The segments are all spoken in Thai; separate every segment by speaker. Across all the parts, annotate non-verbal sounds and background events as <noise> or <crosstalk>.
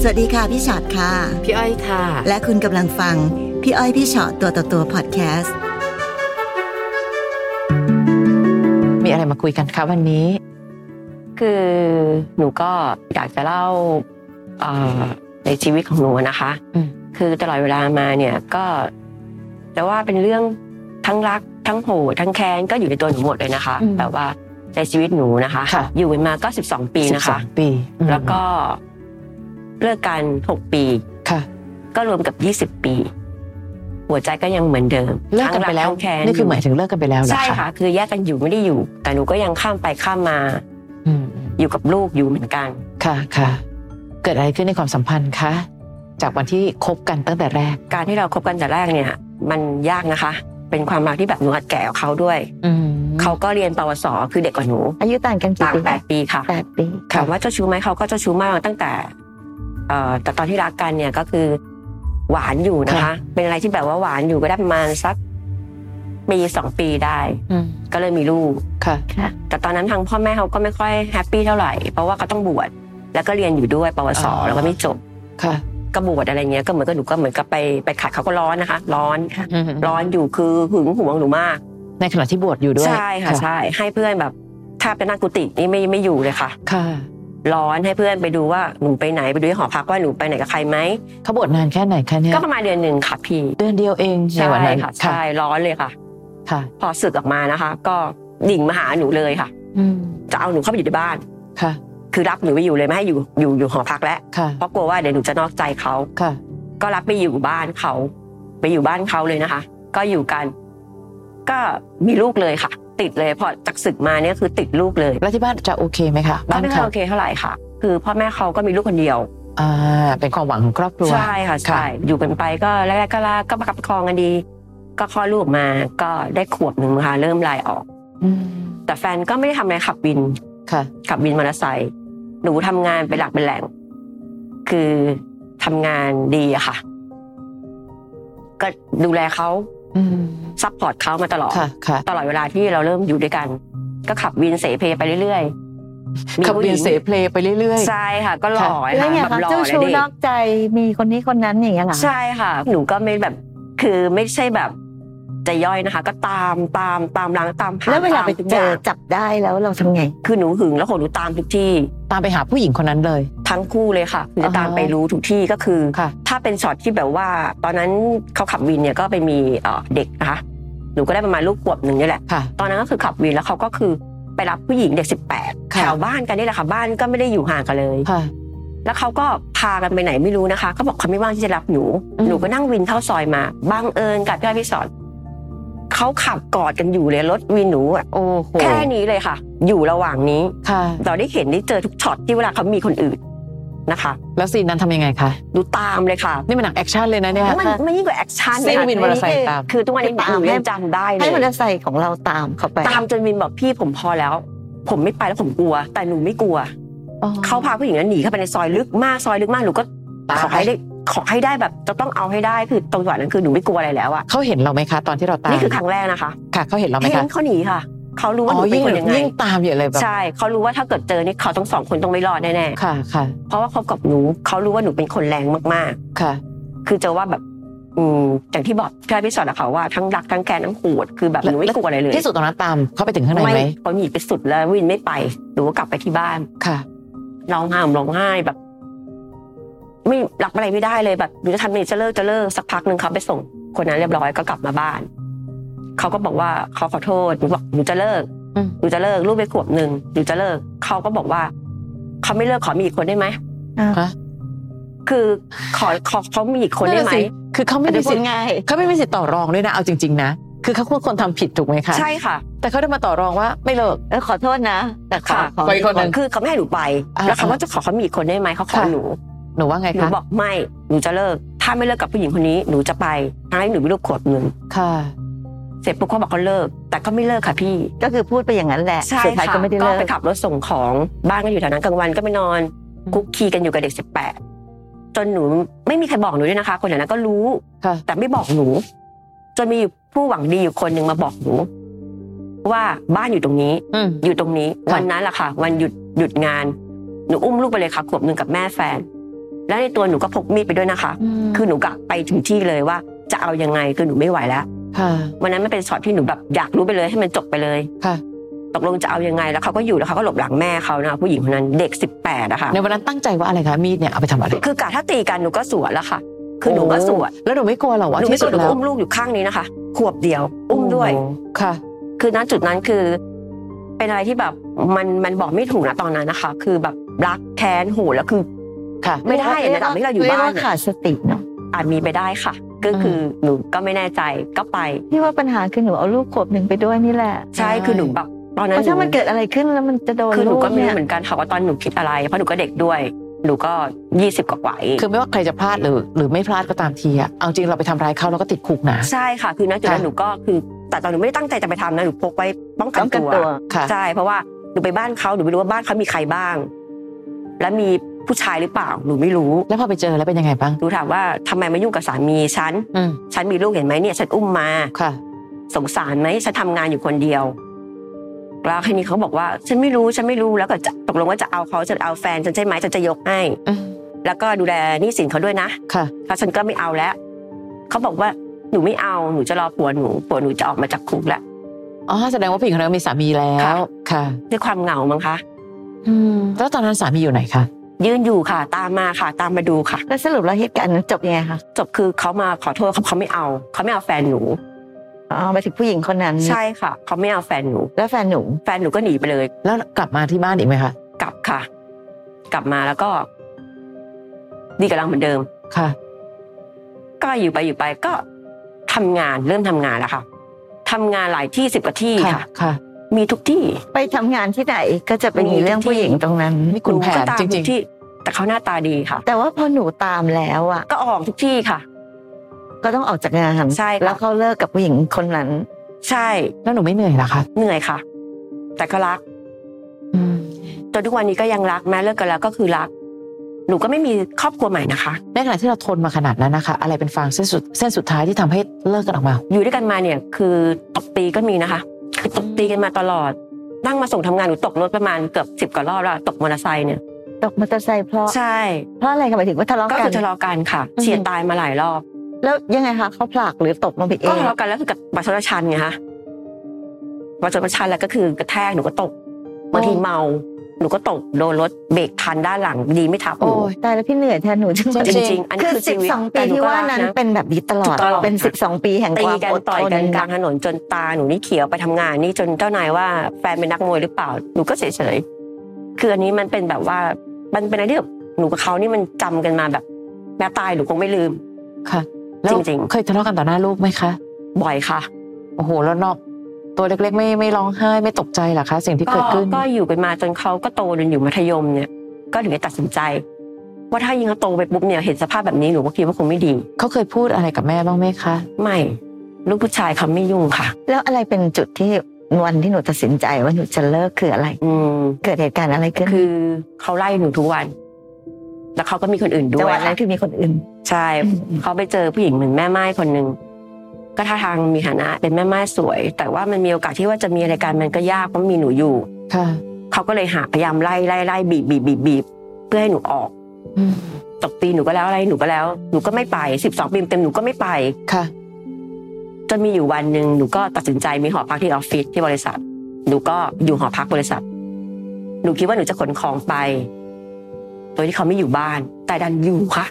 Speaker 1: สวัสดีค่ะพี่ชอตค่ะ
Speaker 2: พี่อ้อยค่ะ
Speaker 1: และคุณกำลังฟัง พี่อ้อยพี่ชอตตัวต่อตัวพอดแคสต์
Speaker 2: มีอะไรมาคุยกันคะวันนี้
Speaker 3: คือหนูก็อยากจะเล่าเอ่อในชีวิตของหนูนะคะ
Speaker 2: อืม
Speaker 3: คือตลอดเวลามาเนี่ยก็แต่ว่าเป็นเรื่องทั้งรักทั้งโหดทั้งแค้นก็อยู่ในตัวหนูหมดเลยนะคะ
Speaker 2: อืม
Speaker 3: แบบว่าในชีวิตหนูนะคะ
Speaker 2: ค่ะ
Speaker 3: อยู่กันมาก็12 ปี
Speaker 2: สิบ
Speaker 3: นะ
Speaker 2: สอ
Speaker 3: คะ
Speaker 2: งปีอืม
Speaker 3: แล้วก็เลิกกันหกปี
Speaker 2: ค่ะ
Speaker 3: ก็รวมกับยี่สิบปี หัวใจก็ยังเหมือนเดิม
Speaker 2: เลิกกันไปแล้ว
Speaker 3: ทั้งรัทั้งแค้น
Speaker 2: นี่คือหมายถึงเลิกกันไปแล้วเหรอ
Speaker 3: ใช่ค่ะ คือแยกกันอยู่ไม่ได้อยู่ แต่หนูก็ยังข้ามไปข้ามมา
Speaker 2: อืม
Speaker 3: อยู่กับลูกอยู่เหมือนกัน
Speaker 2: ค่ะค่ะ เกิดอะไรขึ้นในความสัมพันธ์คะจากวันที่คบกันตั้งแต่แรก
Speaker 3: การที่เราคบกันแต่แรกเนี่ย มันยากนะคะ เป็นความรักที่แบบหนูอัดแก่กับเขาด้วย
Speaker 2: อืม
Speaker 3: เขาก็เรียนปวสคือเด็กกว่าหนู
Speaker 4: อายุต่างกันกี่
Speaker 3: ต่าง
Speaker 4: ปี
Speaker 3: แปดปีค่ะ
Speaker 4: แปดปี
Speaker 3: ถามว่าเจ้าชู้ไหมเขาก็เจ้าชู้มากตั้งแต่เอ่อแต่ตอนที่รักกันเนี่ยก็คือหวานอยู่นะคะ เป็นอะไรที่แบบว่าหวานอยู่ก็ได้ประมาณสักปีสองปีได้
Speaker 2: อืม
Speaker 3: ก็เลยมีลูก
Speaker 2: ค่ะ
Speaker 4: ค่ะ
Speaker 3: แต่ตอนนั้นทางพ่อแม่เขาก็ไม่ค่อยแฮปปี้เท่าไหร่ เพราะว่าเขาต้องบวชแล้วก็เรียนอยู่ด้วยปวส
Speaker 2: อ๋อ
Speaker 3: แล้วก็ไม่จบ
Speaker 2: ค่ะ
Speaker 3: ก็บวชอะไรเงี้ยก็เหมือนกับหนูก็เหมือนกับไปไปขัดเขาก็ร้อนนะคะ ร้อน
Speaker 2: อืม
Speaker 3: ร้อนอยู่คือหึงหวงหนูมาก
Speaker 2: ในขณะที่บวชอยู่ด้วย
Speaker 3: ใช่ค่ะใช่ให้เพื่อนแบบถ้าเป็นนักกุฏินี่ไม่ไม่อยู่เลยค่ะ
Speaker 2: ค่ะ
Speaker 3: ร้อนให้เพื่อนไปดูว่าหนูไปไหนไปดูที่หอพักว่าหนูไปไหนกับใครไหม
Speaker 2: เขาบวชนานแค่ไหนคะเนี่ย
Speaker 3: ก็ประมาณเดือนหนึ่งค่ะพี่
Speaker 2: เดือนเดียวเองใน
Speaker 3: ใช่
Speaker 2: วันนั้น
Speaker 3: ค่ะใช่ร้อนเลยค่ะ
Speaker 2: ค่ะ
Speaker 3: พอสึกออกมานะคะ ก็ดิ่งมาหาหนูเลยค่ะ
Speaker 2: อืม
Speaker 3: จะเอาหนูเข้าไปอยู่ในบ้าน
Speaker 2: ค่ะ
Speaker 3: คือรับหนูไปอยู่เลยไม่ให้อยู่อยู่อยู่หอพักแล้ว
Speaker 2: ค่ะ
Speaker 3: เพราะกลัวว่าเดี๋ยวหนูจะนอกใจเขา
Speaker 2: ค่ะ
Speaker 3: ก็รับไปอยู่บ้านเขาไปอยู่บ้านเขาเลยนะคะ ก็อยู่กัน ก็มีลูกเลยค่ะ ติดเลยพอจากศึกมาเนี่ยคือติดลูกเลย
Speaker 2: แล้วที่บ้านจะโอเคไหมคะ
Speaker 3: บ้านไม่ค่อย
Speaker 2: เขา
Speaker 3: โอเคเท่าไหร่ค่ะ คือพ่อแม่เขาก็มีลูกคนเดียว
Speaker 2: อ่าเป็นความหวังของครอบครัว
Speaker 3: ใช่ค่ะใช่อยู่กันไปก็แรกๆก็ลาก็ประคับประคองกันดี ก็คลอดลูกมาก็ได้ขวบหนึ่งค่ะเริ่มลายออก
Speaker 2: อืม
Speaker 3: แต่แฟนก็ไม่ได้ทำอะไรขับวิน
Speaker 2: ค่ะ
Speaker 3: ขับวินมอเตอร์ไซค์หนูทำงานเป็นหลักเป็นแหล่ง คือทำงานดีอะค่ะ ก็ดูแลเขา
Speaker 2: อืม
Speaker 3: ซัพพอร์ตเขามาตลอด
Speaker 2: ค่ะค่ะ
Speaker 3: ตลอดเวลาที่เราเริ่มอยู่ด้วยกัน ก็ขับวินเสเพไปเรื่อยๆมี
Speaker 2: ขับ
Speaker 3: ผู้ห
Speaker 2: เวีย
Speaker 3: ญิ
Speaker 2: น
Speaker 3: ง
Speaker 2: เสเพลไปเรื่อย
Speaker 3: ใช่ค่ะ ก็หล่อ
Speaker 4: แล้วอย่าง
Speaker 3: แบบหล่อ
Speaker 4: เจ้า
Speaker 3: เลย
Speaker 4: ชู้
Speaker 3: ดิ
Speaker 4: นอกใจมีคนนี้คนนั้นอย่างเงี้ยเหรอ
Speaker 3: ใช่ค่ะ หนูก็ไม่แบบ คือไม่ใช่แบบจะย่อยนะคะ ก็ตามตามตามหลังตามหา
Speaker 4: แล้วเวลา
Speaker 3: ตม
Speaker 4: ไป
Speaker 3: ทุก
Speaker 4: เจอย่าง จับได้แล้วเราทำไง
Speaker 3: คือหนูหึงแล้วโหหนูตามทุกที่
Speaker 2: ๆ ตามไปหาผู้หญิงคนนั้นเลย
Speaker 3: ทั้งคู่เลยค่ะหนูจะ
Speaker 2: อ่าฮะ
Speaker 3: ตามไปรู้ทุกที่ก็คือ
Speaker 2: ค่ะ
Speaker 3: ถ้าเป็นช็อตที่แบบว่า ตอนนั้นเขาขับวินเนี่ยก็ไปมีเอ่อเด็กนะคะหนูก็ได้ประมาณลูกขวบหนึ่งนี่แหละ
Speaker 2: ค่ะ
Speaker 3: ตอนนั้นก็คือขับวินแล้วเขาก็คือไปรับผู้หญิงเด็ก 18
Speaker 2: ค่ะ
Speaker 3: แถวบ้านกันนี่แหละค่ะ บ้านก็ไม่ได้อยู่ห่างกันเลย
Speaker 2: ค่ะ
Speaker 3: แล้วเขาก็พากันไปไหนไม่รู้นะคะเขาบอกเขาไม่ว่างที่จะรับหนู
Speaker 2: อืม
Speaker 3: หนูก็นั่งวินเข้าซอยมาบังเอิญกับพี่อ้อยพี่สอนเขาขับกอดกันอยู่เลยรถวินหนูอะ
Speaker 2: โอ้โห
Speaker 3: แค่นี้เลยค่ะ อยู่ระหว่างนี้
Speaker 2: ค่ะ
Speaker 3: เราได้เห็นได้เจอทุกช็อตที่เวลาเขามีคนอื่นนะคะ
Speaker 2: แล้วซีนนั้นทำยังไงคะ
Speaker 3: ดูตามเลยค่ะ
Speaker 2: นี่มันหนังแอคชั่นเลยนะเนี่ย
Speaker 3: มันมันยิ่งกว่าแอคชั่น
Speaker 2: ซีน
Speaker 3: ค่ะ
Speaker 2: วินมอเตอร์ไซค์ตาม
Speaker 3: คือทุกวันนี้ห
Speaker 4: ตาม
Speaker 3: นู
Speaker 4: ให้
Speaker 3: ยังจำได้เล
Speaker 4: ให้มอเตอย ร์ไซค์ของเราตามเขาไป
Speaker 3: ตามจนวินบอกพี่ผมพอแล้ว ผมไม่ไปแล้วผมกลัว แต่หนูไม่กลัว เขาพาผู้หญิงนั้นหนีเข้าไปในซอยลึกมากซอยลึกมากหนูก็
Speaker 2: ตาม
Speaker 3: ขอให้ได้ขอให้ได้แบบจะต้องเอาให้ได้คือตรงจังหวะนั้นคือหนูไม่กลัวอะไรแล้วอะ
Speaker 2: เขาเห็นเราไหมคะ ตอนที่เราตาม
Speaker 3: นี่คือครั้งแรกนะคะ
Speaker 2: ค่ะ เขาเห็นเราไหม
Speaker 3: เห็
Speaker 2: คะ
Speaker 3: นเขาหนีค่ะเขารู้
Speaker 2: อ๋
Speaker 3: ว่าห
Speaker 2: อ
Speaker 3: นูเป็
Speaker 2: ยิ่
Speaker 3: น
Speaker 2: ง
Speaker 3: คนยังไง
Speaker 2: ยิ่งตามอยู่เลยแบบ
Speaker 3: ใช่เขารู้ว่าถ้าเกิดเจอนี่เขาต้องสองคนต้องไม่รอดแน่
Speaker 2: ค่ะค่ะ
Speaker 3: ๆเพราะว่าคบกับหนูเขารู้ว่าหนูเป็นคนแรงมาก
Speaker 2: ค่ะ
Speaker 3: ๆ คือจะว่าแบบ อืมอย่างที่บอกพี่อ้อยพี่สอนอะค่ะว่าทั้งรักทั้งแกนทั้งโหดคือแบบหนูไม่กลัวอะไรเลย
Speaker 2: ที่สุดตอนนั้นตามเขาไปถึงข้างในไหม
Speaker 3: ไม่เขาหนีไปสุดแล้ววินไม่ไปหนูก็กลับไปที่บ้าน
Speaker 2: ค่ะ
Speaker 3: ร้องไห้ผมร้องไห้แบบ ไม่รับอะไรไม่ได้เลยแบบหนูจะทำยังไงจะเลิกจะเลิกสักพักหนึ่งเขาไปส่งคนนั้นเรียบร้อยก็กลับมาบ้านเขาก็บอกว่าเขาขอโทษหนูบอกหนูจะเลิก
Speaker 2: อืม
Speaker 3: หนูจะเลิกลูกไปขวบหนึ่งหนูจะเลิกเขาก็บอกว่าเขาไม่เลิกขอมีอีกคนได้ไหม
Speaker 2: ฮะ
Speaker 3: คือขอขอเขามีอีกคนได้ไหม
Speaker 2: ะสิคือเขาไม่
Speaker 4: แต่
Speaker 2: มี
Speaker 4: พู
Speaker 2: สิ
Speaker 4: ด
Speaker 2: ทธิ์
Speaker 4: ง่าย
Speaker 2: เขาไม่มีสิทธิ์ต่อรองด้วยนะ เอาจริง ๆ นะ คือเขาควรคนทำผิดถูกไหมคะ
Speaker 3: ใช่ค่ะ
Speaker 2: แต่เขาได้มาต่อรองว่าไม่เลิก
Speaker 4: เออขอโทษนะ แต่ขอ
Speaker 3: ค่ะ
Speaker 4: ขอ
Speaker 2: ไปคนหนึ่ง
Speaker 3: คือเขาไม่ให้หนูไป
Speaker 2: อ่า
Speaker 3: แล้วเขาว่าจะขอเขามีอีกคนได้ไหมเขาขอ
Speaker 2: ค่ะ
Speaker 3: หนู
Speaker 2: หนูว่าไง
Speaker 3: หนู
Speaker 2: คะ
Speaker 3: บอกไม่หนูจะเลิก ถ้าไม่เลิกกับผู้หญิงคนนี้หนูจะไปทั้งที่หนูมีลูกขวบหนึ่ง
Speaker 2: ค่ะ
Speaker 3: เสร็จปุ๊บเขาบอกเขาเลิก แต่ก็ไม่เลิกค่ะพี่
Speaker 4: ก็คือพูดไปอย่างนั้นแหละ
Speaker 3: ใช่
Speaker 4: สุดท้าย
Speaker 3: ค่ะ
Speaker 4: ก็ไม่ได้เลิก
Speaker 3: ไปขับรถส่งของบ้านก็อยู่แถวนั้นกลางวันก็ไปนอน
Speaker 2: อืม
Speaker 3: คุกคีกันอยู่กับเด็กสิบแปดจนหนูไม่มีใครบอกหนูด้วยนะคะ คนแถวนั้นก็รู้
Speaker 2: ค่ะ
Speaker 3: แต่ไม่บอกหนู จนมีผู้หวังดีอยู่คนหนึ่งมาบอกหนู ว่าบ้านอยู่ตรงนี้
Speaker 2: อืม
Speaker 3: อยู่ตรงนี้
Speaker 2: ค่ะ
Speaker 3: วันนั้นแหละค่ะ วันหยุดหยุดงานหนูอุ้มลูกไปเลยค่ะขวบหนึ่งกับแม่แฟน แล้วในตัวหนูก็พกมีดไปด้วยนะคะ คือหนูกะไปถึงที่เลยว่าจะเอายังไงคือหนูไม่ไหวแล้ว
Speaker 2: ค่ะ
Speaker 3: วันนั้นมันเป็นช็อตที่หนูแบบอยากรู้ไปเลยให้มันจบไปเลย
Speaker 2: ค่ะ
Speaker 3: ตกลงจะเอายังไงแล้วเขาก็อยู่แล้วเขาก็หลบหลังแม่เขานะคะผู้หญิงคนนั้นเด็ก 18อะค่ะ
Speaker 2: ในวันนั้นตั้งใจว่าอะไรคะมีดเนี่ยเอาไปทำอะไร
Speaker 3: คือกะถ้าตีกันหนูก็สวนแล้วค่ะ คือหนูก็สวน
Speaker 2: แล้วหนูไม่กลัวหรอกว่า
Speaker 3: หนูไม่
Speaker 2: ที่
Speaker 3: ส
Speaker 2: สุ
Speaker 3: ว
Speaker 2: ด
Speaker 3: นหนู
Speaker 2: แล้ว
Speaker 3: ก็อุ้มลูกอยู่ข้างนี้นะคะขวบเดียวอุ้มด้วย
Speaker 2: โค่ะ
Speaker 3: คือณจุดนั้นคือเป็นอะไรที่แบบมันมันบอกไม่ถูกนะตอนนั้นนะคะ คือแบบรักแค้นโหแล้วคือ
Speaker 2: ค่ะ
Speaker 3: ไม่ได้ในระดับที่เราอยู่
Speaker 4: เรียก
Speaker 3: บ้าน
Speaker 4: ว่า
Speaker 3: อะ
Speaker 4: ขาดสติเนาะ
Speaker 3: อาจมีไปได้ค่ะ ก็คืออหนูก็ไม่แน่ใจก็ไป
Speaker 4: ที่ว่าปัญหาคือหนูเอาลูกขวบหนึ่งไปด้วยนี่แหละ
Speaker 3: ใช่
Speaker 2: ใช่
Speaker 3: คือหนูแบบตอน
Speaker 4: เพ
Speaker 3: นั้น
Speaker 4: ราะถ้ามันเกิดอะไรขึ้นแล้วมันจะโดน
Speaker 3: คือห
Speaker 4: ลู
Speaker 3: นู
Speaker 4: ก
Speaker 3: ก็ไม่
Speaker 4: เนี่ย
Speaker 3: รู้เหมือนกันค่ะว่าตอนหนูคิดอะไรเพราะหนูก็เด็กด้วย หนูก็ยี่สิบกว่าๆเอง
Speaker 2: คือไม่ว่าใครจะพลาดหรือหรือไม่พลาดก็ตามทีอะเอาจริงเราไปทำร้ายเขาเราก็ติดคุกนะ
Speaker 3: ใช่ค่ะ คือณจุดนั้น
Speaker 2: ค่ะ
Speaker 3: หนูก็คือแต่ตอนหนูไม่ได้ตั้งใจจะไปทำนะหนูพกไว้ป้องกัน
Speaker 4: ป้องกัน
Speaker 3: ตัว
Speaker 4: ตัว
Speaker 2: ค่ะ
Speaker 3: ใช่เพราะว่าหนูไปบ้านเขาหนูไม่รู้ว่าบ้านเขามีใครบ้าง และมีผู้ชายหรือเปล่าหนูไม่รู้
Speaker 2: แล้วพอไปเจอแล้วเป็นยังไงบ้าง
Speaker 3: หนูถามว่าทำไมมายุ่งกับสามีฉัน
Speaker 2: อืม
Speaker 3: ฉันมีลูกเห็นไหมเนี่ยฉันอุ้มมา
Speaker 2: ค่ะ
Speaker 3: สงสารไหมฉันทำงานอยู่คนเดียวแล้วทีนี้เขาบอกว่า ฉันไม่รู้ฉันไม่รู้แล้วก็จะตกลงว่าจะเอาเขาจะเอาแฟนฉันใช่ไหมฉันจะยกให้
Speaker 2: อืม
Speaker 3: แล้วก็ดูแลหนี้สินเขาด้วยนะ
Speaker 2: ค่ะ
Speaker 3: แล้วฉันก็ไม่เอาแล้วเขาบอกว่าหนูไม่เอาหนูจะรอผัวหนูผัวหนูจะออกมาจากคุกแล้ว
Speaker 2: อ๋อแสดงว่าผู้หญิงคนนั้นมีสามีแล้ว ค่ะ
Speaker 3: ด้วยความเหงามั้งคะ
Speaker 2: อืมแล้วตอนนั้นสามีอยู่ไหนคะ
Speaker 3: ยืนอยู่ค่ะ ตามมาค่ะ ตามมาดูค่ะ
Speaker 4: แล้วสรุปแล้วเหตุการณ์นั้นจบยังไงคะ
Speaker 3: จบคือเขามาขอโทษเขาเขาไม่เอาเขาไม่เอาแฟนหนู
Speaker 4: อ๋อหมายถึงผู้หญิงคนนั้น
Speaker 3: ใช่ค่ะเขาไม่เอาแฟนหนู
Speaker 4: แล้วแฟนหนู
Speaker 3: แฟนหนูก็หนีไปเลย
Speaker 2: แล้วกลับมาที่บ้านอีกไหมคะ
Speaker 3: กลับค่ะ กลับมาแล้วก็ ดีกับเราเหมือนเดิม
Speaker 2: ค่ะ
Speaker 3: ก็อยู่ไปอยู่ไปก็ทำงานเริ่มทำงานแล้วค่ะทำงานหลายที่สิบกว่าที่
Speaker 2: ค่ะ
Speaker 3: ค่ะ
Speaker 2: ค่ะ
Speaker 3: มีทุกที่
Speaker 4: ไปทำงานที่ไหนก็จะเป็นมีเรื่องผู้หญิงตรงนั้น
Speaker 2: นี่คุณแผ
Speaker 3: หก็
Speaker 2: น
Speaker 3: ตาม
Speaker 2: จริ
Speaker 3: ทุ
Speaker 2: ง
Speaker 3: กที่ แต่เขาหน้าตาดีค่ะ
Speaker 4: แต่ว่าพอหนูตามแล้วอ่ะ
Speaker 3: ก็ออกทุกที่ค่ะ
Speaker 4: ก็ต้องออกจากงาน
Speaker 3: ใช่ค่ะ
Speaker 4: แล้วเขาเลิกกับผู้หญิงคนนั้น
Speaker 3: ใช่
Speaker 2: ๆ แล้วหนูไม่เหนื่อยเหรอคะ
Speaker 3: เหนื่อยค่ะ แต่ก็รัก
Speaker 2: อืม
Speaker 3: จนทุกวันนี้ก็ยังรักแม้เลิกกันแล้วก็คือรัก หนูก็ไม่มีครอบครัวใหม่นะคะ
Speaker 2: ในขณะที่เราทนมาขนาดนั้นนะคะ อะไรเป็นฟางเส้นสุดเส้นสุดท้ายที่ทำให้เลิกกันออกมา
Speaker 3: อยู่ด้วยกันมาเนี่ย คือตบตีก็มีนะคะ คือตบตีกันมาตลอด นั่งมาส่งทำงานหนูตกรถประมาณเกือบสิบกว่ารอบแล้วตกมอเตอร์ไซค์เนี่ย
Speaker 4: ตกมอเตอร์ไซค์เพราะ
Speaker 3: ใช่
Speaker 4: เพราะอะไรกันหมายถึงว่าทะเลาะ
Speaker 3: ก็
Speaker 4: กั
Speaker 3: คือทะเลาะกันค่ะเฉียดตายมาหลายรอบ
Speaker 4: แล้วยังไงคะเขาผลักหรือตกลงไปเอ
Speaker 3: ก็
Speaker 4: ง
Speaker 3: ทะเลาะกันแล้วคือกับบัตรชนชันไงคะบัตรชนชันแล้วก็คือกระแทกหนูก็ตกบางทีเมา หนูก็ตกโดนรถเบรกทันด้านหลังดีไม่ทับหนู
Speaker 2: โอ้ย
Speaker 4: ตายแล้วพี่เหนื่อยแทนหนูจังเลย
Speaker 3: จริงๆอันนี้
Speaker 4: คือ
Speaker 3: คือ
Speaker 4: สิ
Speaker 3: ชี
Speaker 4: บ
Speaker 3: วิต
Speaker 4: สอง
Speaker 3: แต่
Speaker 4: ปี
Speaker 3: หนู
Speaker 4: ที่
Speaker 3: ก็
Speaker 4: ว่า
Speaker 3: รัก
Speaker 4: นั้น
Speaker 3: นะ
Speaker 4: เป็นแบบนี้ตลอด
Speaker 3: ตลอด
Speaker 4: เป็นสิบสองปีแห่งค
Speaker 3: ตี
Speaker 4: วาม
Speaker 3: กัน
Speaker 4: อด
Speaker 3: ต่อย
Speaker 4: ทน
Speaker 3: กันกลางถนนจนตาหนูนี่เขียวไปทำงานนี่จนเจ้านายว่าแฟนเป็นนักมวยหรือเปล่า หนูก็เฉยๆคืออันนี้มันเป็นแบบว่ามันเป็นอะไรที่แบบหนูกับเขานี่มันจำกันมาแบบแม้ตายหนูคงไม่ลืม
Speaker 2: ค่ะ แล้ว
Speaker 3: จริงๆ
Speaker 2: เคยทะเลาะกันต่อหน้าลูกไหมคะ
Speaker 3: บ่อยค่ะ
Speaker 2: โอ้โห แล้วนอกตัวเล็กๆ ไม่ไม่ร้องไห้ไม่ตกใจเหรอคะ สิ่งที่
Speaker 3: ก็
Speaker 2: เกิดขึ้น
Speaker 3: ก็อยู่กันมาจนเขาก็โตจนอยู่มัธยมเนี่ย ก็ถึงได้ตัดสินใจ ว่าถ้ายิ่งเขาโตไปปุ๊บเนี่ยเห็นสภาพแบบนี้หนูก็คิดว่าคงไม่ดี
Speaker 2: เขาเคยพูดอะไรกับแม่บ้างไหมคะ
Speaker 3: ไม่ลูกผู้ชายเขาไม่ยุ่งค่ะ
Speaker 4: แล้วอะไรเป็นจุดที่วันที่หนูตัดสินใจว่าหนูจะเลิกคืออะไร
Speaker 3: อืม
Speaker 4: เกิดเหตุการณ์อะไรขึ้น
Speaker 3: คือเขาไล่หนูทุกวัน แล้วเขาก็มีคนอื่นด้
Speaker 4: จัง
Speaker 3: วยว
Speaker 4: หะนั้นคือมีคนอื่น
Speaker 3: ใช่เขาไปเจอผู้หญิงเหมือนแม่ไม้คนหนึ่งก็ท่าทางมีฐานะเป็นแม่ไม้สวย แต่ว่ามันมีโอกาสที่ว่าจะมีอะไรกันมันก็ยากเพราะมีหนูอยู่
Speaker 2: ค่ะ
Speaker 3: เขาก็เลยหาพยายามไล่ไล่ไล่บีบบีบบีบบีบเพื่อให้หนูออก
Speaker 2: อืม
Speaker 3: ตบตีหนูก็แล้วอะไรหนูก็แล้วหนูก็ไม่ไปสิบสองปีเต็มหนูก็ไม่ไป
Speaker 2: ค่ะ
Speaker 3: จนมีอยู่วันหนึ่งหนูก็ตัดสินใจมีหอพักที่ออฟฟิศที่บริษัท หนูก็อยู่หอพักบริษัท หนูคิดว่าหนูจะขนของไปโดยที่เขาไม่อยู่บ้าน แต่ดันอยู่ค่ะ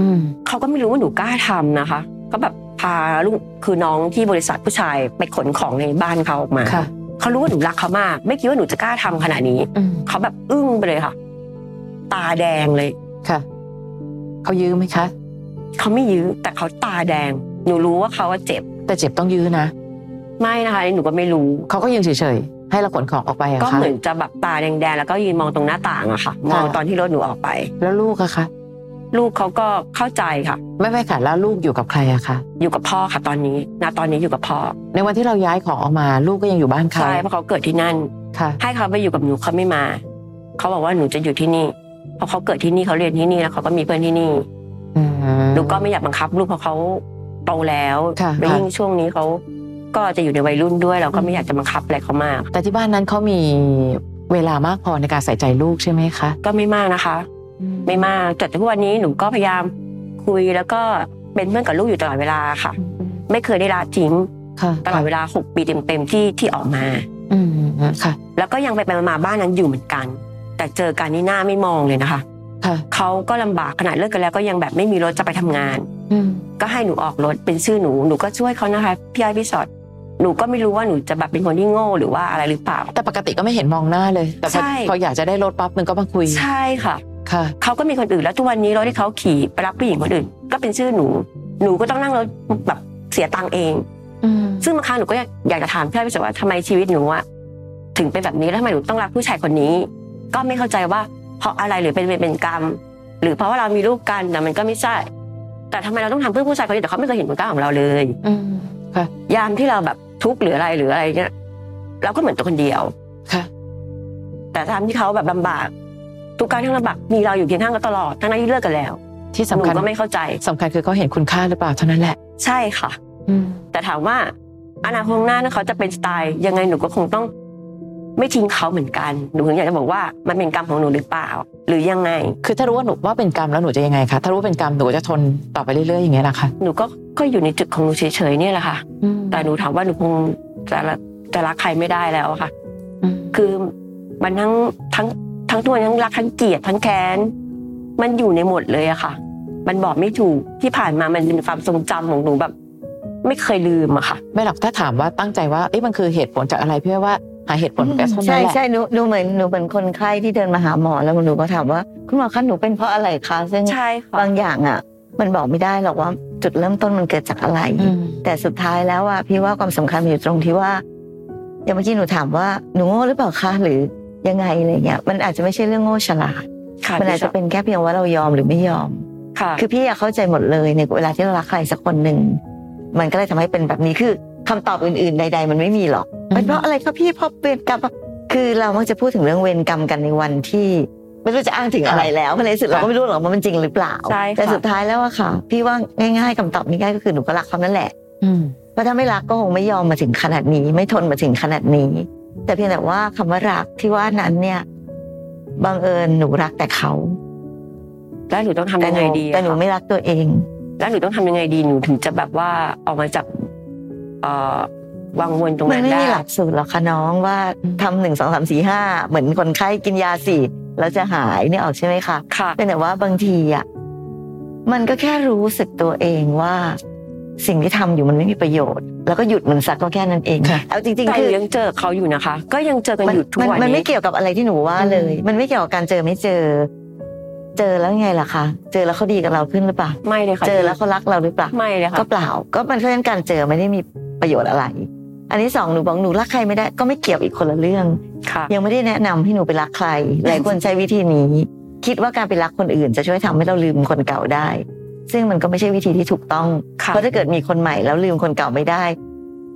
Speaker 2: อืม
Speaker 3: เขาก็ไม่รู้ว่าหนูกล้าทำนะคะ ก็แบบพาลูกคือน้องที่บริษัทผู้ชายไปขนของในบ้านเขาออกมา
Speaker 2: ค่ะ
Speaker 3: เขารู้ว่าหนูรักเขามาก ไม่คิดว่าหนูจะกล้าทำขนาดนี้
Speaker 2: อืม
Speaker 3: เขาแบบอึ้งไปเลยค่ะ ตาแดงเลย
Speaker 2: ค่ะ เขายื้อไหมคะ
Speaker 3: เขาไม่ยื้อแต่เขาตาแดง หนูรู้ว่าเขาว่าเจ็บ
Speaker 2: แต่เจ็บต้องยื้อนะ
Speaker 3: ไม่นะคะหนูก็ไม่รู้
Speaker 2: เขาก็ยืนเฉยๆ ให้เราขนของออกไปอะ
Speaker 3: ก็
Speaker 2: ค่ะ
Speaker 3: เหมือนจะแบบตาแดงๆแล้วก็ยืนมองตรงหน้าต่างอะค่ะ มอง
Speaker 2: ค่ะ
Speaker 3: ตอนที่รถหนูออกไป
Speaker 2: แล้วลูกอะคะ
Speaker 3: ลูกเขาก็เข้าใจค่ะ
Speaker 2: ไม่ไม่ค่ะ แล้วลูกอยู่กับใครอะคะ
Speaker 3: อยู่กับพ่อค่ะตอนนี้นะตอนนี้อยู่กับพ่อ
Speaker 2: ในวันที่เราย้ายของออกมา ลูกก็ยังอยู่บ้านเขา
Speaker 3: ใช่เพราะเขาเกิดที่นั่น
Speaker 2: ค่ะ
Speaker 3: ให้เขาไปอยู่กับหนูเขาไม่มาเขาบอกว่าหนูจะอยู่ที่นี่เพราะเขาเกิดที่นี่เขาเรียนที่นี่แล้วเขาก็มีเพื่อนที่นี่
Speaker 2: อืม
Speaker 3: หนูก็ไม่อยากบังคับ ลูกเพราะเขาโตแล้ว
Speaker 2: ค่ะ
Speaker 3: แล้วยิ่งช่วงนี้เขาก็จะอยู่ในวัยรุ่นด้วย เราก็ไม่อยากจะบังคับอะไรเขามาก
Speaker 2: แต่ที่บ้านนั้นเขามีเวลามากพอในการใส่ใจลูกใช่ไหมคะ
Speaker 3: ก็ไม่มากนะคะ ไม่มากแต่ทุกวันนี้หนูก็พยายามคุยแล้วก็เป็นเพื่อนกับลูกอยู่ตลอดเวลาค่ะ ไม่เคยได้ลาทิ้ง
Speaker 2: ค่ะ
Speaker 3: ตลอดเวลาหกปีเต็มๆที่ที่ออกมา
Speaker 2: อืมค่ะ
Speaker 3: แล้วก็ยังไปไปมาๆบ้านนั้นอยู่เหมือนกัน แต่เจอกันนี่หน้าไม่มองเลยนะคะ
Speaker 2: ค่ะ
Speaker 3: เขาก็ลำบากขนาดเลิกกันแล้วก็ยังแบบไม่มีรถจะไปทำงาน
Speaker 2: อืม
Speaker 3: ก็ให้หนูออกรถเป็นชื่อหนูหนูก็ช่วยเขานะคะพี่ไอ้อยพี่ชอตหนูก็ไม่รู้ว่าหนูจะแบบเป็นคนที่โง่หรือว่าอะไรหรือเปล่า
Speaker 2: แต่ปกติก็ไม่เห็นมองหน้าเลย แต่พอ
Speaker 3: ใช่
Speaker 2: พออยากจะได้รถปั๊บมันก็มาคุย
Speaker 3: ใช่ค่ะ
Speaker 2: ค่ะ
Speaker 3: เขาก็มีคนอื่นแล้วทุกวันนี้รถที่เขาขี่ไปรับผู้หญิงคนอื่น ก็เป็นชื่อหนู หนูก็ต้องนั่งรถแบบเสียตังค์เอง
Speaker 2: อืม
Speaker 3: ซึ่งบางครั้งหนูก็อยากอยากจะถามพี่อ้อยพี่ชอตว่าทำไมชีวิตหนูอะถึงเป็นแบบนี้แล้วทำไมหนูต้องรักผู้ชายคนนี้ ก็ไม่เข้าใจว่าเพราะอะไรหรือเป็นเวรเป็นกรรม หรือเพราะว่าเรามีลูกกันแต่มันก็ไม่ใช่ แต่ทำไมเราต้องทำเพื่อผู้ชายคนนี้แต่เขาไม่เคยเห็นคุณค่าของเราเลย
Speaker 2: อืม ค่ะ
Speaker 3: ยามที่เราแบบทุกข์หรืออะไรหรืออะไรเนี่ยเราก็เหมือนตัวคนเดียว
Speaker 2: ค่ะ
Speaker 3: แต่ตามที่เขาแบบลำบาก ทุกการที่ลำบากมีเราอยู่เคียงข้างกันตลอดทั้งนั้นที่เลิกกันแล้ว
Speaker 2: ที่
Speaker 3: ห
Speaker 2: สำ
Speaker 3: นู
Speaker 2: คัญ
Speaker 3: ก็ไม่เข้าใจ
Speaker 2: สำคัญคือเขาเห็นคุณค่าหรือเปล่าเท่านั้นแหละ
Speaker 3: ใช่ค่ะ
Speaker 2: อืม
Speaker 3: แต่ถามว่าอนาคตข้างหน้าถ้าเขาจะเป็นสไตล์ยังไงหนูก็คงต้อง ไม่ทิ้งเขาเหมือนกันหนูถึงอยากจะบอกว่ามันเป็นกรรมของหนูหรือเปล่า หรือยังไง
Speaker 2: คือถ้ารู้ว่าหนูว่าเป็นกรรมแล้วหนูจะยังไงคะ ถ้ารู้ว่าเป็นกรรมหนูก็จะทนต่อไปเรื่อย ๆ อย่างเงี้ยนะคะ
Speaker 3: หนูก็ก็อยู่ในจุดของหนูเฉยๆเนี่ยแหละค่ะ แต่หนูถามว่าหนูคงจะรักจะรักใครไม่ได้แล้วอะค่ะ
Speaker 2: อืม
Speaker 3: คือมันทั้งทั้งทั้งตัวนทั้งรักทั้งเกลียดทั้งแค้นมันอยู่ในหมดเลยอะค่ะ มันบอกไม่ถูกที่ผ่านมามันเป็นความทรงจำของหนูแบบ ไม่เคยลืมอะค่ะ
Speaker 2: ไม่หรอกถ้าถามว่าตั้งใจว่าเอ๊ะมันคือเหตุผลจากอะไรพี่ว่าหาเหตุผลแค่เท่า
Speaker 4: ใช่
Speaker 2: นั้นแหละ
Speaker 4: ใช่หนูหนูเหมือนหนูเหมือนคนไข้ที่เดินมาหาหมอแล้วหนูก็ถามว่าคุณหมอคะหนูเป็นเพราะอะไรคะซึ่ง
Speaker 3: ใช่ค่ะ
Speaker 4: บางอย่างอ่ะ มันบอกไม่ได้หรอกว่าจุดเริ่มต้นมันเกิดจากอะไร
Speaker 2: อืม
Speaker 4: แต่สุดท้ายแล้วอ่ะพี่ว่าความสำคัญมันอยู่ตรงที่ว่าอย่างเมื่อกี้หนูถามว่าหนูโง่หรือเปล่าคะหรือยังไงอะไรเงี้ยมันอาจจะไม่ใช่เรื่องโง่ฉลาด
Speaker 3: ค่ะ
Speaker 4: มันอาจจะเป็นแค่เพียงว่าเรายอมหรือไม่ยอม
Speaker 3: ค่ะ
Speaker 4: คือพี่อะเข้าใจหมดเลยในเวลาที่เรารักใครสักคนหนึ่งมันก็เลยทำให้เป็นแบบนี้คือคำตอบอื่นๆ ใด ๆ มันไม่มีหรอกเป็นเพราะอะไรครับพี่เพราะเวรกรรมอะคือเรามักจะพูดถึงเรื่องเวรกรรมกันในวันที่ ไม่รู้จะอ้างถึงอะไรแล้วในที่สุดเราก็ไม่รู้หรอกว่ามันจริงหรือเปล่า
Speaker 3: ใช่ค่ะ
Speaker 4: แต่สุดท้ายแล้วอะค่ะ พี่ว่าง่าย ๆคำตอบง่ายๆก็คือหนูก็รักเขานั่นแหละ
Speaker 2: อืม
Speaker 4: เพราะถ้าไม่รักก็คงไม่ยอมมาถึงขนาดนี้ ไม่ทนมาถึงขนาดนี้ แต่เพียงแต่ว่าคำว่ารักที่ว่านั้นเนี่ยบังเอิญหนูรักแต่เขา
Speaker 3: แล้วหนูต้องทำ
Speaker 4: แต่
Speaker 3: ยัง
Speaker 4: ห
Speaker 3: ไง
Speaker 4: นู
Speaker 3: ดีอะ
Speaker 4: แต่หนู
Speaker 3: คะ
Speaker 4: ไม่รักตัวเอง
Speaker 3: แล้วหนูต้องทำยังไงดีหนูถึงจะแบบว่าออกมาจากเอ่อวังวนตรง
Speaker 4: มั
Speaker 3: นั้นน
Speaker 4: ไม่
Speaker 3: ได้
Speaker 4: มีหลักสูตรหรอกค่ะน้องว่าทำหนึ่งสองสามสี่ห้าเหมือนคนไข้กินยาสี่แล้วจะหายเนี่ยออกใช่ไหมคะ
Speaker 3: ค่ะ
Speaker 4: เป็นแต่ว่าบางทีอ่ะมันก็แค่รู้สึกตัวเองว่า สิ่งที่ทำอยู่มันไม่มีประโยชน์ แล้วก็หยุดมันซะก็แค่นั้นเอง
Speaker 2: ค่ะ
Speaker 4: เอาจริง
Speaker 3: แต่
Speaker 4: ๆ
Speaker 3: ห
Speaker 4: คื
Speaker 3: นู
Speaker 4: อ
Speaker 3: ยังเจอเขาอยู่นะคะ ก็ยังเจอกัน
Speaker 4: มัน
Speaker 3: อยู่ทุก
Speaker 4: มัน
Speaker 3: วัน
Speaker 4: มันไม่
Speaker 3: นี้
Speaker 4: เกี่ยวกับอะไรที่หนูว่าเลย มันไม่เกี่ยวกับการเจอไม่เจอ เจอแล้วไงล่ะคะเจอแล้วเขาดีกับเราขึ้นหรือเปล่า
Speaker 3: ไม่เลยค่ะ
Speaker 4: เจอแล้วเขารักเราหรือเปล่า
Speaker 3: ไม่เลยค่ะ
Speaker 4: ก็เปล่าก็มันเพราะฉะนั้นการเจอไม่ได้มีประโยชน์อะไร อันที่สองหนูบอกหนูรักใครไม่ได้ก็ไม่เกี่ยวอีกคนละเรื่อง
Speaker 3: ค่ะ
Speaker 4: ยังไม่ได้แนะนำให้หนูไปรักใคร หลายคนใช้วิธีนี้ คิดว่าการไปรักคนอื่น จะช่วยทำให้เราลืมคนเก่าได้ ซึ่งมันก็ไม่ใช่วิธีที่ถูกต้อง
Speaker 3: ค่ะ
Speaker 4: เพราะถ้าเกิดมีคนใหม่แล้วลืมคนเก่าไม่ได้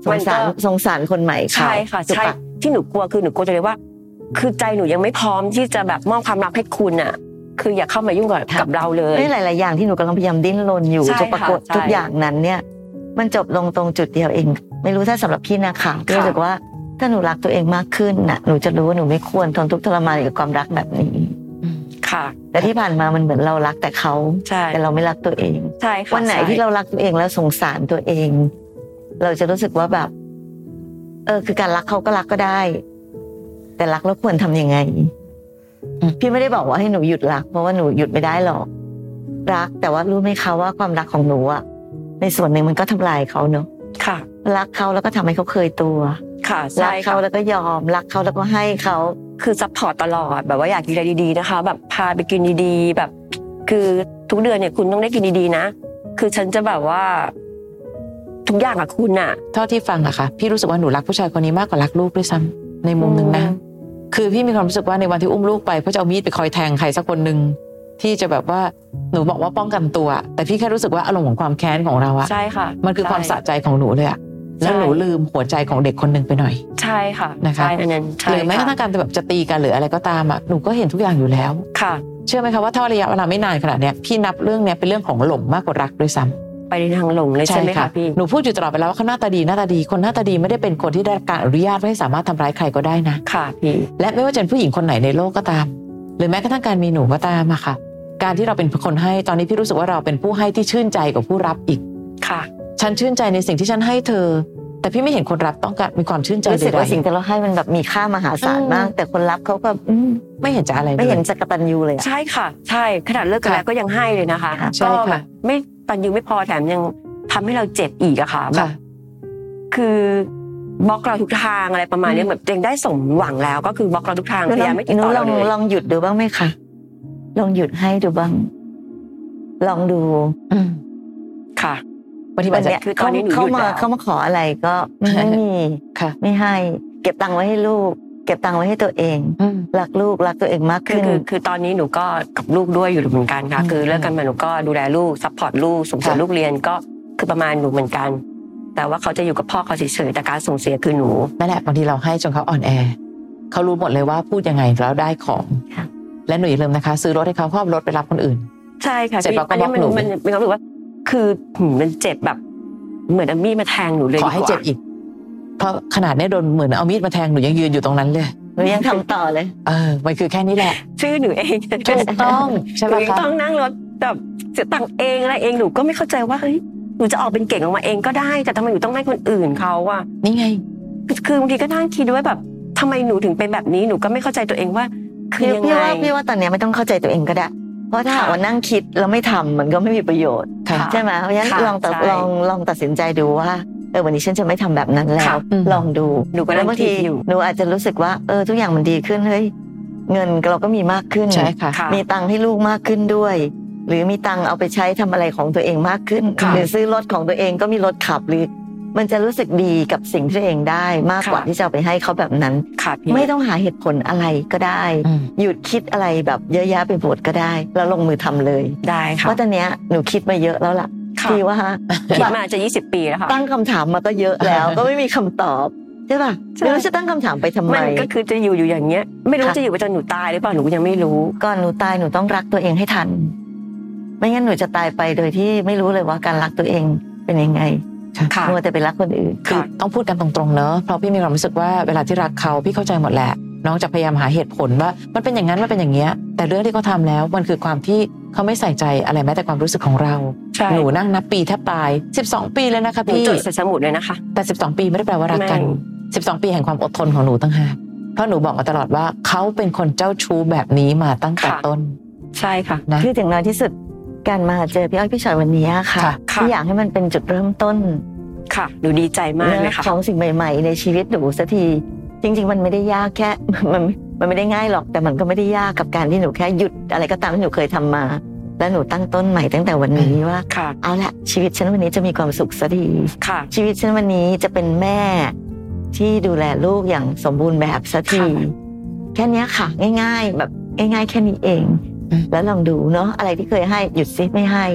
Speaker 4: ส
Speaker 3: มั
Speaker 4: ง
Speaker 3: นก็
Speaker 4: สารสงสารคนใหม่เขา
Speaker 3: ใช่ค่ะ
Speaker 4: ถูก
Speaker 3: ใช่
Speaker 4: ปะ
Speaker 3: ที่หนูกลัวคือหนูกลัวจะเลยว่า คือใจหนูยังไม่พร้อมที่จะแบบมอบความรักให้คุณอ่ะ คืออย่าเข้ามายุ่งกับกับเราเลย
Speaker 4: นี่หลาย ๆ อย่างที่หนูกำลังพยายามดิ้นรนอยู่
Speaker 3: ใช่
Speaker 4: จะปรากฏ
Speaker 3: ค่ะใช่
Speaker 4: ทุกอย่างนั้นเนี่ย มันจบลงตรงจุดเดียวเอง ไม่รู้ถ้าสำหรับพี่นะคะ
Speaker 3: ค่ะ
Speaker 4: รู้สึกว่าถ้าหนูรักตัวเองมากขึ้นน่ะหนูจะรู้ว่าหนูไม่ควรทนทุกข์ทรมานกับความรักแบบนี้
Speaker 3: ค่ะ
Speaker 4: แต่ที่ผ่านมามันเหมือนเรารักแต่เขา
Speaker 3: ใช่
Speaker 4: แต่เราไม่รักตัวเอง
Speaker 3: ใช่ค่ะ
Speaker 4: วันไหน
Speaker 3: ใช่
Speaker 4: ที่เรารักตัวเองแล้วสงสารตัวเอง เราจะรู้สึกว่าแบบ เออ คือการรักเขาก็รักก็ได้ แต่รักแล้วควรทำยังไง
Speaker 2: อืม
Speaker 4: พี่ไม่ได้บอกว่าให้หนูหยุดรัก เพราะว่าหนูหยุดไม่ได้หรอก รักแต่ว่ารู้ไหมคะว่าความรักของหนูอะในส่วนหนึ่งมันก็ทำลายเขาเนอะ
Speaker 3: ค่ะ
Speaker 4: รักเขาแล้วก็ทำให้เขาเคยตัว
Speaker 3: ค่ะ
Speaker 4: รั
Speaker 3: ใช่
Speaker 4: ก
Speaker 3: ค่ะ
Speaker 4: เขาแล้วก็ยอมรักเขาแล้วก็ให้เขา
Speaker 3: คือซัพพอร์ตตลอดแบบว่าอยากกินอะไรดีๆนะคะ แบบพาไปกินดีๆ แบบ คือทุกเดือนเนี่ยคุณต้องได้กินดีๆนะ คือฉันจะแบบว่า ทุกอย่างกับคุณน่ะ
Speaker 2: เท่าที่ฟังอะค่ะ พี่รู้สึกว่าหนูรักผู้ชายคนนี้มากกว่ารักลูกด้วยซ้ำในมุมหนึ่งนะ
Speaker 3: อืม
Speaker 2: คือพี่มีความรู้สึกว่าในวันที่อุ้มลูกไปเพราะจะเอามีดไปคอยแทงใครสักคนหนึ่งที่จะแบบว่าหนูบอกว่าป้องกันตัว แต่พี่แค่รู้สึกว่าอารมณ์ของความแค้นของเราอะ
Speaker 3: ใช่ค่ะ
Speaker 2: มันคือความ
Speaker 3: ใช่
Speaker 2: สะใจของหนูเลยอะแล้ว
Speaker 3: ใช่
Speaker 2: หนูลืมหัวใจของเด็กคนหนึ่งไปหน่อย
Speaker 3: ใช่ค่ะ
Speaker 2: นะคะ
Speaker 3: ใช่อันนั้นใช่
Speaker 2: หรือแม้กระทั่
Speaker 3: ค่ะ
Speaker 2: งการแบบจะตีกันหรืออะไรก็ตามอะหนูก็เห็นทุกอย่างอยู่แล้ว
Speaker 3: ค่ะ
Speaker 2: เชื่อไหมคะว่าถ้าระยะเวลาไม่นานขนาดเนี้ยพี่นับเรื่องเนี้ยเป็นเรื่องของหลงมากกว่ารักด้วยซ้
Speaker 3: ไปในทางหลงเล
Speaker 2: ำ
Speaker 3: ยใช่ไหมคะพี่
Speaker 2: หนูพูดอยู่ตลอดเวลาว่าเขาหน้าตาดีหน้าตาดีคนหน้าตาดีไม่ได้เป็นคนที่ได้รับการอนุญาตว่าให้สามารถทำร้ายใครก็ได้นะ
Speaker 3: ค่ะพี่
Speaker 2: และไม่ว่าจะเป็นผู้หญิงคนไหนในโลกก็ตาม หรือแม้กระทั่งการมีหนูก็ตามอะค่ะ การที่เราเป็นคนให้ตอนนี้พี่รู้สึกว่าเราเป็นผู้ให้ที่ชื่นใจกว่าผู้รับอีก
Speaker 3: ค่ะ
Speaker 2: ฉันชื่นใจในสิ่งที่ฉันให้เธอ แต่พี่ไม่เห็นคนรับต้องการมีความชื่นใจ
Speaker 4: รู้สึก
Speaker 2: ใด
Speaker 4: ว่าสิ่งที่เราให้มันแบบมีค่ามหาศาลมาก แต่คนรับเขาก็อืม
Speaker 2: ๆไม่เห็นจะอะไร
Speaker 4: ไม่เห็น
Speaker 2: ลย
Speaker 4: จะกตัญญูเลยอะ
Speaker 3: ใช่ค่ะ ใช่ขนาดเลิกกัน
Speaker 2: ค่ะ
Speaker 3: แล้วก็ยังให้เลยนะคะ
Speaker 4: ค่ะ
Speaker 2: ใช่
Speaker 3: ก็
Speaker 2: ค่ะ
Speaker 3: แบบไม่ตันยูไม่พอแถมยังทำให้เราเจ็บอีกอะค่ะแบบ
Speaker 2: ค่ะ
Speaker 3: คือบล็อกเราทุกทางอะไรประมาณเนี้
Speaker 2: อื
Speaker 3: ย
Speaker 2: ม
Speaker 3: เหมือนเองได้สมหวังแล้ว ก็คือบล็อกเราทุกทางพยายามไม่ติด
Speaker 4: หนู
Speaker 3: ต่อ
Speaker 4: ล
Speaker 3: เรา
Speaker 4: อง
Speaker 3: เล
Speaker 4: ล
Speaker 3: ย
Speaker 4: องหยุดดูบ้างไหมคะลองหยุดให้ดูบ้าง ลองดู
Speaker 2: อืม
Speaker 3: ค่ะ
Speaker 2: บางทีมันจะ
Speaker 4: เนี้ย
Speaker 3: คือตอนนี้หนูหยุด
Speaker 4: เขามา
Speaker 3: แล้ว
Speaker 4: เขามาขออะไรก็ไม่มี
Speaker 2: ค่ะ
Speaker 4: ไม่ให้ เก็บตังค์ไว้ให้ลูก เก็บตังค์ไว้ให้ตัวเอง
Speaker 2: อืม
Speaker 4: รักลูกรักตัวเองมาก
Speaker 3: คือ
Speaker 4: ขึ้น
Speaker 3: คือคือตอนนี้หนูก็กับลูกด้วยอยู่เหมือนกันค่ะ
Speaker 2: อืม
Speaker 3: คือเลิกกันมาหนูก็ดูแลลูกซัพพอร์ตลูกส่งเสริม
Speaker 2: ค่ะ
Speaker 3: ลูกเรียนก็คือประมาณหนูเหมือนกัน แต่ว่าเขาจะอยู่กับพ่อเขาเฉยๆแต่การส่งเสียคือหนู
Speaker 2: นั่นแหละบางทีเราให้จนเขาอ่อนแอเขารู้หมดเลยว่าพูดยังไงแล้วได้ของ
Speaker 4: ค่ะ
Speaker 2: และหนูอย่าลืมนะคะ ซื้อรถให้เขาครอบรถไปรับคนอื่น
Speaker 3: ใช่ค่ะ
Speaker 2: เสร็จ
Speaker 3: พี่
Speaker 2: เราก็
Speaker 3: อันนี้
Speaker 2: บล็อก
Speaker 3: มัน
Speaker 2: หนู
Speaker 3: มันมีความรู้สึกว่า คือหืมมันเจ็บแบบ เหมือนเอามีดมาแทงหนูเลย
Speaker 2: ขอให้
Speaker 3: ดีว่า
Speaker 2: เจ็บอีก เพราะขนาดเนี้ยโดนเหมือนเอามีดมาแทงหนูยังยืนอยู่ตรงนั้นเลย
Speaker 4: หนูยังทำต่อเลย
Speaker 2: เออ มันคือแค่นี้แหละ
Speaker 3: ชื่อหนูเอง
Speaker 2: ถูกต้องใช่
Speaker 3: หนู
Speaker 2: ปะ
Speaker 3: ยัง
Speaker 2: คะ
Speaker 3: ต้องนั่งรถแบบเสียตังค์เองอะไรเองหนูก็ไม่เข้าใจว่าเฮ้ยหนูจะออกเป็นเก่งออกมาเองก็ได้ แต่ทำไมหนูต้องให้คนอื่นเขาอะ
Speaker 2: นี่ไง
Speaker 3: คือคือบางทีก็นั่งคิดด้วยแบบทำไมหนูถึงเป็นแบบนี้หนูก็ไม่เข้าใจตัวเองว่า คือ
Speaker 4: พี่
Speaker 3: ยัง
Speaker 4: พี่ว่า
Speaker 3: ไง
Speaker 4: พี่ว่าตอนเนี้ยไม่ต้องเข้าใจตัวเองก็ได้ เพราะถ้าหาก
Speaker 3: ค่ะ
Speaker 4: ว่านั่งคิดแล้วไม่ทำมันก็ไม่มีประโยชน์
Speaker 2: ค่ะ
Speaker 4: ใช่ไหมเพราะฉะนั้น
Speaker 3: ค่ะ
Speaker 4: ลองตัด
Speaker 3: ใช่
Speaker 4: ลองลองตัดสินใจดูว่าเออวันนี้ฉันจะไม่ทำแบบนั้นแล้
Speaker 3: ค่ะ
Speaker 4: ว
Speaker 2: อืม
Speaker 4: ลองดู
Speaker 3: หนูก็นั่ง
Speaker 4: แล้วบาง
Speaker 3: คิ
Speaker 4: ที
Speaker 3: ดอยู่
Speaker 4: หนูอาจจะรู้สึกว่า เออทุกอย่างมันดีขึ้นเฮ้ยเงินเราก็มีมากขึ้น
Speaker 2: ใช่ค่ะ
Speaker 3: ค่ะ
Speaker 4: มีตังค์ให้ลูกมากขึ้นด้วย หรือมีตังค์เอาไปใช้ทำอะไรของตัวเองมากขึ้น
Speaker 3: ค่ะ
Speaker 4: หรือซื้อรถของตัวเองก็มีรถขับหรือ มันจะรู้สึกดีกับสิ่งที่ตัวเองได้มากกว่า
Speaker 3: ค่ะ
Speaker 4: ที่จะเอาไปให้เขาแบบนั้น
Speaker 3: ค่ะพี่
Speaker 4: ไม่ต้องหาเหตุผลอะไรก็ได้
Speaker 2: อืม
Speaker 4: หยุดคิดอะไรแบบเยอะแยะไปหมดก็ได้ แล้วลงมือทำเลย
Speaker 3: ได้
Speaker 4: เพ
Speaker 3: ค่ะ
Speaker 4: ราะตอนเนี้ยหนูคิดมาเยอะแล้วล่ะ
Speaker 3: ค่ะ
Speaker 4: พี่ว่า
Speaker 3: คิดมาจะ 20 ปีแล้วค่ะ
Speaker 4: ตั้งคำถามมาก็เยอะแล้ว ก็ไม่มีคำตอบใช่ป่ะ
Speaker 3: ใช่
Speaker 4: ไม่รู้จะตั้งคำถามไปทำไม
Speaker 3: มันก็คือจะอยู่อยู่อย่างเงี้ย ไม่รู้
Speaker 4: ค่ะ
Speaker 3: จะอยู่ไปจนหนูตายหรือเปล่าหนูก็ยังไม่รู้
Speaker 4: ก่อนหนูตายหนูต้องรักตัวเองให้ทัน ไม่งั้นหนูจะตายไปโดยที่ไม่รู้เลยว่าการรักตัวเองเป็นยังไง
Speaker 3: ค่ะ
Speaker 4: มัวแต่ไปรักคนอื่น
Speaker 2: คือต้องพูดกันตรงๆเนอะเพราะพี่มีความรู้สึกว่าเวลาที่รักเขาพี่เข้าใจหมดแหละ น้องจะพยายามหาเหตุผลว่า มันเป็นอย่างนั้นมันเป็นอย่างเงี้ย แต่เรื่องที่เขาทำแล้วมันคือความที่เขาไม่ใส่ใจอะไรแม้แต่ความรู้สึกของเรา
Speaker 3: ใช่
Speaker 2: หนูนั่งนับปีแทบตาย 12 ปีเลยนะคะ
Speaker 3: หนู
Speaker 2: พี่
Speaker 3: จดใส่สมุดเลยนะคะ
Speaker 2: แต่ 12 ปีไม่ได้แปลว่ารักกัน
Speaker 3: ไม่
Speaker 2: 12 ปีแห่งความอดทนของหนูตั้งหากเพราะหนูบอกมาตลอดว่าเขาเป็นคนเจ้าชู้แบบนี้มาตั้งแต่ต้น
Speaker 3: ใช่ค่ะ
Speaker 2: นะ
Speaker 4: คือถึงน้อยที่สุดการมาเจอพี่อ้อยพี่ชอยวันนี้ค่ะ
Speaker 2: ค่ะ
Speaker 3: ค่ะ
Speaker 4: ที่อยากให้มันเป็นจุดเริ่มต้น
Speaker 3: ค่ะหนูดีใจมากเลยค่ะ
Speaker 4: ของสิ่งใหม่ ๆ ในชีวิตหนูสักทีจริง ๆ มันไม่ได้ยากแค่ <laughs> มันมันไม่ได้ง่ายหรอกแต่มันก็ไม่ได้ยากกับการที่หนูแค่หยุดอะไรก็ตามที่หนูเคยทำมา แล้วหนูตั้งต้นใหม่ตั้งแต่วันนี้ว่า
Speaker 3: ค่ะ
Speaker 4: เอาละชีวิตฉันวันนี้จะมีความสุขสักที
Speaker 3: ค่ะ
Speaker 4: ชีวิตฉันวันนี้จะเป็นแม่ที่ดูแลลูกอย่างสมบูรณ์แบบสักที
Speaker 3: ค่ะ
Speaker 4: แค่เนี้ยค่ะ ง่าย ๆ แบบง่าย ๆ แค่นี้เอง
Speaker 2: อืม
Speaker 4: แล้วลองดูเนาะอะไรที่เคยให้หยุดซิไม่ให้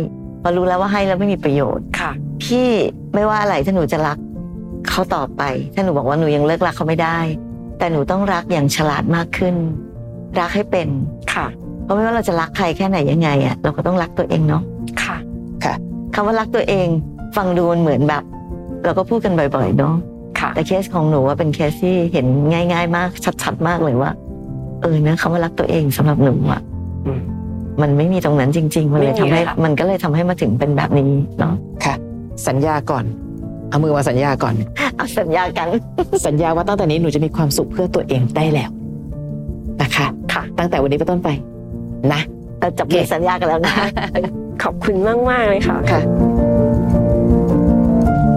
Speaker 4: พอรู้แล้วว่าให้แล้วไม่มีประโยชน์
Speaker 3: ค่ะ
Speaker 4: พี่ไม่ว่าอะไรถ้าหนูจะรักเขาต่อไป ถ้าหนูบอกว่าหนูยังเลิกรักเขาไม่ได้ แต่หนูต้องรักอย่างฉลาดมากขึ้น รักให้เป็น
Speaker 3: ค่ะ
Speaker 4: เพราะไม่ว่าเราจะรักใครแค่ไหนยังไงอะเราก็ต้องรักตัวเองเนาะ
Speaker 3: ค่ะ
Speaker 4: คำว่ารักตัวเองฟังดูมันเหมือนแบบ เราก็พูดกันบ่อยๆเนาะ
Speaker 3: ค่ะ
Speaker 4: แต่เคสของหนูว่าเป็นเคสที่เห็นง่าย ๆ มากชัดๆมากเลยว่า เออนะคำว่ารักตัวเองสำหรับหนูอ่ะ
Speaker 3: อืม
Speaker 4: มันไม่มีตรงนั้นจริง ๆ มันเลยทำให้
Speaker 3: ไม่มีเลยค่ะ
Speaker 4: มันก็เลยทำให้มาถึงเป็นแบบนี้เนาะ
Speaker 2: สัญญาก่อน เอามือมาสัญญาก่อน <laughs>
Speaker 4: เอาสัญญากัน
Speaker 2: สัญญาว่าตั้งแต่นี้หนูจะมีความสุขเพื่อตัวเองได้แล้วนะคะ
Speaker 3: ค่ะ
Speaker 2: ตั้งแต่วันนี้เป็นต้นไปนะ
Speaker 4: เราจับมือสัญญากันแล้วนะ
Speaker 3: ขอบคุณมากมากๆเลยค่ะ
Speaker 2: ค่ะ